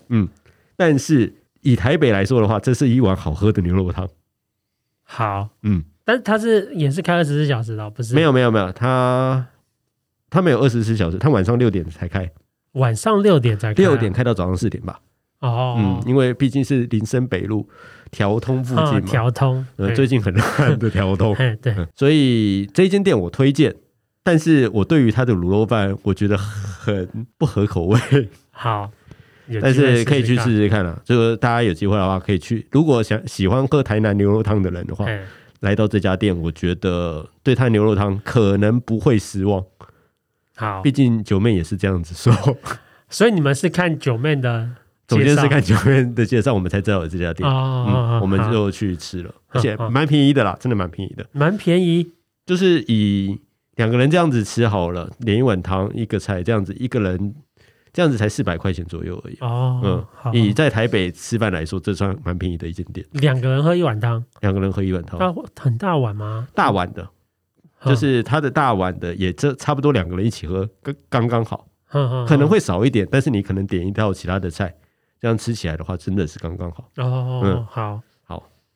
Speaker 2: 但是以台北来说的话，这是一碗好喝的牛肉汤。
Speaker 1: 好，
Speaker 2: 嗯，
Speaker 1: 但是它是也是开二十四小时的哦，不是？
Speaker 2: 没有没有没有，他他没有二十四小时，他晚上六点才开，
Speaker 1: 晚上六点才开啊
Speaker 2: 六点开到早上四点吧。
Speaker 1: 哦
Speaker 2: 嗯，，因为毕竟是林森北路调通附
Speaker 1: 啊
Speaker 2: 近嘛，
Speaker 1: 调通，
Speaker 2: 呃，
Speaker 1: 对
Speaker 2: 最近很烂的 调通，
Speaker 1: 哎对，
Speaker 2: 嗯所以这间店我推荐。但是我对于它的卤肉饭，我觉得很不合口味，
Speaker 1: 好，有
Speaker 2: 但
Speaker 1: 机会
Speaker 2: 是
Speaker 1: 试
Speaker 2: 可以去
Speaker 1: 看
Speaker 2: 试。试看啊。就是大家有机会的话，可以去。如果想喜欢喝台南牛肉汤的人的话，
Speaker 1: 哎，
Speaker 2: 来到这家店，我觉得对它的牛肉汤可能不会失望。
Speaker 1: 哦好
Speaker 2: 毕，竟九妹也是这样 子说，
Speaker 1: 所以你们是看九妹的
Speaker 2: 总监是
Speaker 1: 介
Speaker 2: 看九妹的介绍，我们才知道有这家
Speaker 1: 绍
Speaker 2: 店。
Speaker 1: 哦，
Speaker 2: 嗯，我们
Speaker 1: 好
Speaker 2: 就去吃了，而且
Speaker 1: 嗯嗯
Speaker 2: 蛮便宜的啦，真的蛮便宜的。
Speaker 1: 蛮便宜
Speaker 2: 就是以两个人这样子吃好了，连一碗汤一个菜这样子，一个人这样子才四百块钱左右而已。嗯
Speaker 1: 哦，好，
Speaker 2: 以在台北吃饭来说，这算蛮便宜的一间店。
Speaker 1: 两个人喝一碗汤，
Speaker 2: 两个人喝一碗汤，
Speaker 1: 大很大碗吗？
Speaker 2: 大碗的，
Speaker 1: 嗯
Speaker 2: 就是它的大碗的也这差不多两个人一起喝，刚刚刚好，可
Speaker 1: 可
Speaker 2: 能会少一点，但是你可能点一道其他的菜，这样吃起来的话，真的是刚刚好。
Speaker 1: 哦
Speaker 2: 嗯，
Speaker 1: 好。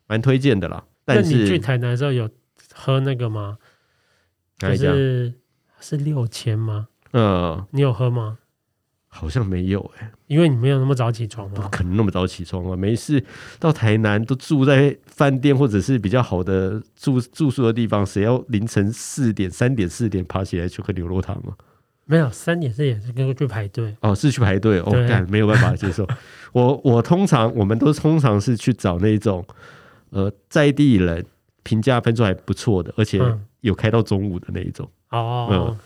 Speaker 2: 蛮推荐的啦。
Speaker 1: 那
Speaker 2: 但
Speaker 1: 你去
Speaker 2: 是
Speaker 1: 台南的时候有喝那个吗？
Speaker 2: 哪
Speaker 1: 就
Speaker 2: 一家？
Speaker 1: 是是六千吗？
Speaker 2: 呃，
Speaker 1: 你有喝吗？
Speaker 2: 好像没有哎、
Speaker 1: 因为你没有那么早起床
Speaker 2: 不
Speaker 1: 嘛。
Speaker 2: 可能那么早起床啊！没事，到台南都住在饭店或者是比较好的住住宿的地方，谁要凌晨四点、三点、四点爬起来去喝牛肉汤啊？
Speaker 1: 没有，三点四点是跟去排队。
Speaker 2: 哦，是去排队哦，
Speaker 1: 对
Speaker 2: 干没有办法接受。我我通常我们都通常是去找那种呃在地人评价分数还不错的，而且
Speaker 1: 嗯
Speaker 2: 有开到中午的那一种，
Speaker 1: 哦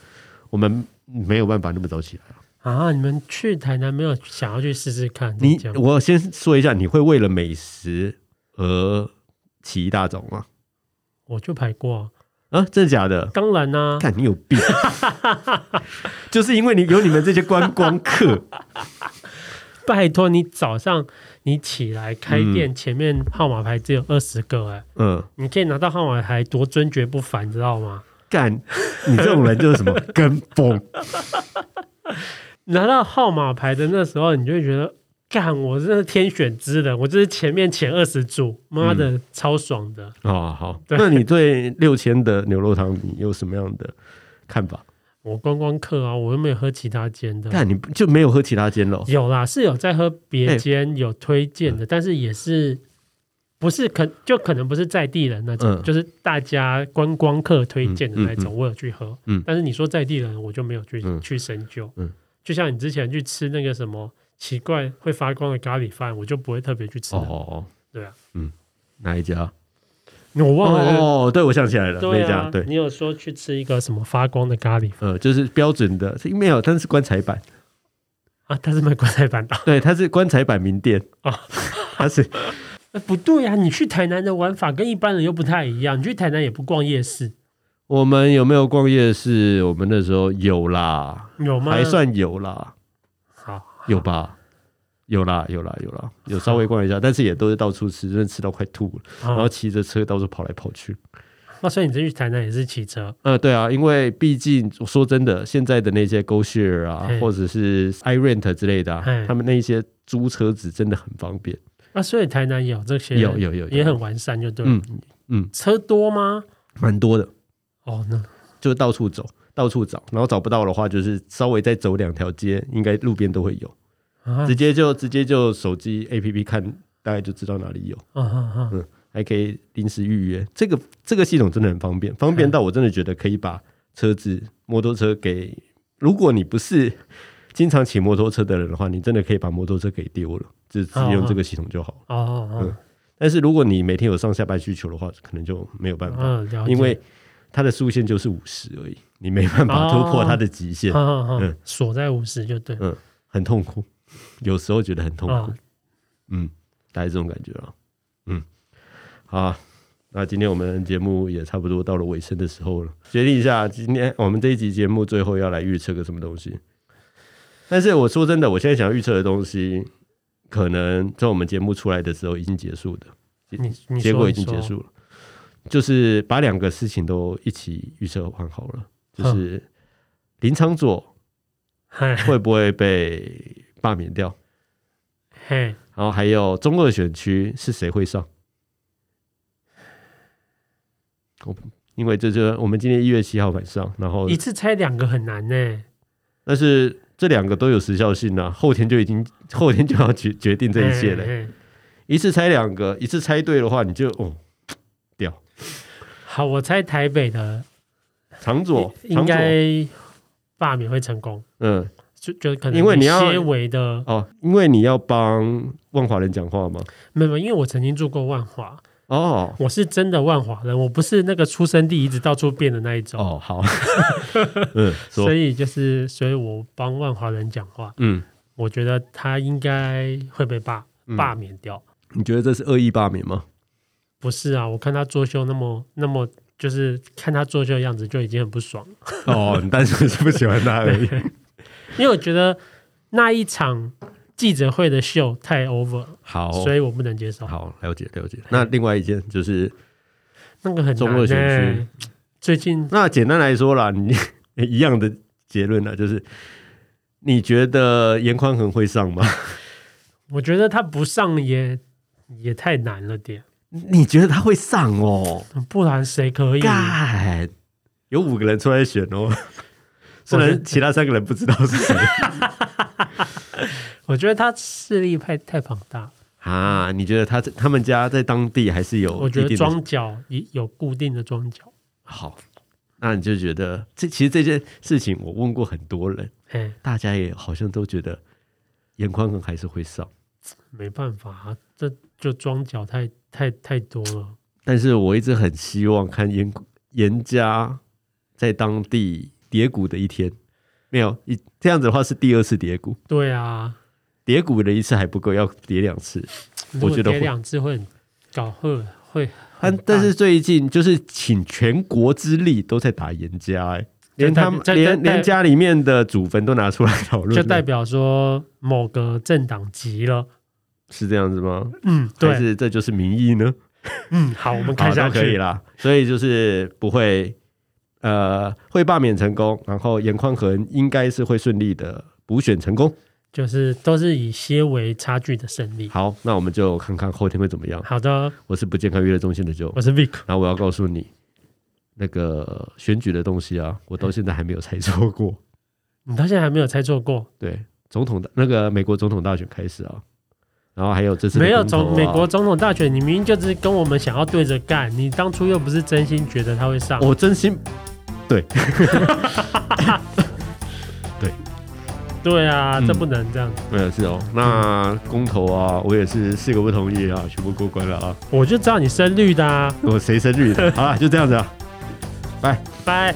Speaker 2: 我们没有办法那么早起来。
Speaker 1: 啊，你们去台南没有想要去试试看？
Speaker 2: 你
Speaker 1: 这样
Speaker 2: 我先说一下，你会为了美食而起一大早吗？
Speaker 1: 我就排过啊，
Speaker 2: 啊，真的假的？
Speaker 1: 当然啊啦、
Speaker 2: 看你 有病，就是因为你有你们这些观光客，
Speaker 1: 拜托你早上你起来开店，前面号码牌只有二十个哎、
Speaker 2: 嗯，
Speaker 1: 你可以拿到号码牌，多尊爵不凡，你知道吗？
Speaker 2: 干，你这种人就是什么跟风，
Speaker 1: 拿到号码牌的那时候，你就会觉得，干，我真的天选之人，我就是前面前二十组，妈的、
Speaker 2: 嗯
Speaker 1: 超爽的。
Speaker 2: 哦，好，
Speaker 1: 对
Speaker 2: 那你对六千的牛肉汤你有什么样的看法？
Speaker 1: 我观光客啊，我又没有喝其他间的，
Speaker 2: 但你就没有喝其他间喽？
Speaker 1: 有啦，嗯是有在喝别
Speaker 2: 哎
Speaker 1: 间有推荐
Speaker 2: 嗯
Speaker 1: 的，但是也是不是可就可能不是在地人那种，
Speaker 2: 嗯
Speaker 1: 就是大家观光客推荐的那种，
Speaker 2: 嗯
Speaker 1: 我有去喝。
Speaker 2: 嗯
Speaker 1: 但是你说在地人，我就没有去、
Speaker 2: 嗯
Speaker 1: 去深究。
Speaker 2: 嗯
Speaker 1: 就像你之前去吃那个什么奇怪会发光的咖喱饭，我就不会特别去吃
Speaker 2: 哦
Speaker 1: 了。
Speaker 2: 哦哦，
Speaker 1: 对啊，
Speaker 2: 嗯，哪一家？
Speaker 1: 我忘了。
Speaker 2: 哦哦，对，我想起来了，
Speaker 1: 对
Speaker 2: 那
Speaker 1: 啊
Speaker 2: 家，对，
Speaker 1: 你有说去吃一个什么发光的咖喱饭
Speaker 2: 呃，就是标准的是没有，但是棺材板。
Speaker 1: 啊？它是卖棺材板 的、
Speaker 2: 对，它是棺材板名店
Speaker 1: 哦
Speaker 2: 哦， 它是
Speaker 1: 哎不对啊！你去台南的玩法跟一般人又不太一样，你去台南也不逛夜市，
Speaker 2: 我们有没有逛夜市？我们那时候有啦，
Speaker 1: 有吗？
Speaker 2: 还算有啦，
Speaker 1: 好，
Speaker 2: 有吧？有啦，有啦，有啦，有稍微逛一下，但是也都是到处吃，真的吃到快吐了，然后
Speaker 1: 好。
Speaker 2: 骑着车到处跑来跑去。
Speaker 1: 嗯那所以你这去台南也是骑车，
Speaker 2: 呃，对啊，因为毕竟说真的，现在的那些 GoShare 啊
Speaker 1: 嗯，
Speaker 2: 或者是 iRent 之类的、啊
Speaker 1: 嗯，
Speaker 2: 他们那一些租车子真的很方便。
Speaker 1: 啊，所以台南有这些，
Speaker 2: 有有有
Speaker 1: 也
Speaker 2: 有，
Speaker 1: 很完善，就对了。
Speaker 2: 嗯嗯，
Speaker 1: 车多吗？
Speaker 2: 蛮多的，
Speaker 1: 哦，那
Speaker 2: 就是到处走，到处找，然后找不到的话，就是稍微再走两条街，应该路边都会有，
Speaker 1: 啊
Speaker 2: 直接就直接就手机 APP 看，大概就知道哪里有，
Speaker 1: 啊啊
Speaker 2: 还可以临时预约。这个这个系统真的很方便，方便到我真的觉得可以把车子、摩托车给，如果你不是经常骑摩托车的人的话，你真的可以把摩托车给丢了，就直接用这个系统就好了。
Speaker 1: 啊哦
Speaker 2: 但是如果你每天有上下班需求的话，可能就没有办
Speaker 1: 哦，
Speaker 2: 法。
Speaker 1: 嗯，了解。
Speaker 2: 因为它的速限就是五十而已，你没办法突破它的极限，
Speaker 1: 啊啊啊
Speaker 2: 嗯
Speaker 1: 锁在五十就对
Speaker 2: 嗯很痛苦，有时候觉得很痛苦，
Speaker 1: 啊。
Speaker 2: 嗯，大概这种感觉啊，嗯，好啊那今天我们节目也差不多到了尾声的时候了，决定一下，今天我们这一集节目最后要来预测个什么东西。但是我说真的，我现在想要预测的东西，可能在我们节目出来的时候已经结束的，
Speaker 1: 你你
Speaker 2: 结
Speaker 1: 说
Speaker 2: 果
Speaker 1: 你
Speaker 2: 已经结
Speaker 1: 说
Speaker 2: 束了，就是把两个事情都一起预测换好了，就是林昌佐
Speaker 1: 嘿
Speaker 2: 会不会被罢免掉，
Speaker 1: 嘿，
Speaker 2: 然后还有中二选区是谁会上。我因为这就是我们今天一月七号晚上，然后
Speaker 1: 一次猜两个很难呢。
Speaker 2: 但是这两个都有时效性啊，后天就已经 后天就要决决定这一切了。
Speaker 1: 嘿嘿
Speaker 2: 一次猜两个，一次猜对的话，你就哦屌
Speaker 1: 好，我猜台北的
Speaker 2: 长左
Speaker 1: 应
Speaker 2: 长左，
Speaker 1: 该罢免会成功，
Speaker 2: 嗯，
Speaker 1: 就就可能
Speaker 2: 因为你要
Speaker 1: 些微的，
Speaker 2: 哦，因为你要帮万华人讲话吗？
Speaker 1: 没有，因为我曾经住过万华，
Speaker 2: 哦
Speaker 1: 我是真的万华人，我不是那个出生地一直到处变的那一种，
Speaker 2: 哦，好， 嗯，
Speaker 1: 所
Speaker 2: 说，
Speaker 1: 以就是，所以我帮万华人讲话，
Speaker 2: 嗯，
Speaker 1: 我觉得他应该会被罢
Speaker 2: 嗯
Speaker 1: 罢免掉。
Speaker 2: 你觉得这是恶意罢免吗？
Speaker 1: 不是啊，我看他作秀那么那么，就是看他作秀的样子就已经很不爽了，
Speaker 2: 哦，你单纯是不喜欢他而 已。
Speaker 1: 因为我觉得那一场记者会的秀太 over，了
Speaker 2: 好，
Speaker 1: 所以我不能接受。
Speaker 2: 哦好，了解了解。那另外一件就是，
Speaker 1: 那个很
Speaker 2: 中
Speaker 1: 难、
Speaker 2: 二选
Speaker 1: 欸。最近
Speaker 2: 那简单来说啦，你 一样的结论呢，就是你觉得严宽恒会上吗？
Speaker 1: 我觉得他不上也也太难了点，
Speaker 2: 你觉得他会上哦？
Speaker 1: 不然谁可以？
Speaker 2: 干，有五个人出来选 哦，虽
Speaker 1: 我觉
Speaker 2: 然
Speaker 1: 得
Speaker 2: 其他三个人不知道是谁。
Speaker 1: 我觉得他势力太太庞大了，
Speaker 2: 啊，你觉得他在他们家在当地还是有？
Speaker 1: 我觉得庄脚也有固定的庄脚。
Speaker 2: 好，那你就觉得这其实这件事情，我问过很多人，
Speaker 1: 哎、
Speaker 2: 大家也好像都觉得严宽恒还是会上，
Speaker 1: 没办法、啊，这就庄脚太太太多了。
Speaker 2: 但是我一直很希望看严严家在当地跌谷的一天，没有一这样子的话是第二次跌谷，
Speaker 1: 对啊，
Speaker 2: 跌谷的一次还不够，要跌两次。
Speaker 1: 如果
Speaker 2: 我觉得
Speaker 1: 跌
Speaker 2: 会
Speaker 1: 两次会很搞会会
Speaker 2: 但
Speaker 1: 很
Speaker 2: 但是
Speaker 1: 大
Speaker 2: 最近就是请全国之力都在打严家、欸，连他们
Speaker 1: 这代
Speaker 2: 连
Speaker 1: 这代
Speaker 2: 连家里面的祖坟都拿出来讨论了，
Speaker 1: 就代表说某个政党急了。
Speaker 2: 是这样子吗？
Speaker 1: 嗯，
Speaker 2: 还
Speaker 1: 对，
Speaker 2: 是这就是民意呢？
Speaker 1: 嗯，好，我们
Speaker 2: 好，
Speaker 1: 看下
Speaker 2: 那
Speaker 1: 去
Speaker 2: 可以啦。所以就是不会，呃，会罢免成功，然后严宽恒应该是会顺利的补选成功。
Speaker 1: 就是都是以些微差距的胜利。
Speaker 2: 好，那我们就看看后天会怎么样。
Speaker 1: 好的，
Speaker 2: 我是不健康娱乐中心的 Joe，
Speaker 1: 我是 Vic，
Speaker 2: 然后我要告诉你，那个选举的东西啊，我到现在还没有猜错过。
Speaker 1: 你到现在还没有猜错过，
Speaker 2: 对，总统大那个美国总统大选开始啊，然后还有这次的
Speaker 1: 没有
Speaker 2: 公投
Speaker 1: 总
Speaker 2: 啊
Speaker 1: 美国，总统大选，你明明就是跟我们想要对着干，你当初又不是真心觉得他会上，
Speaker 2: 我真心对
Speaker 1: 对啊，
Speaker 2: 嗯
Speaker 1: 这不能这样子，
Speaker 2: 没有是哦。那公投啊，我也是四个不同意啊，全部过关了啊。
Speaker 1: 我就知道你深绿的啊，
Speaker 2: 我谁生日的？好了，就这样子啊，拜。
Speaker 1: 拜。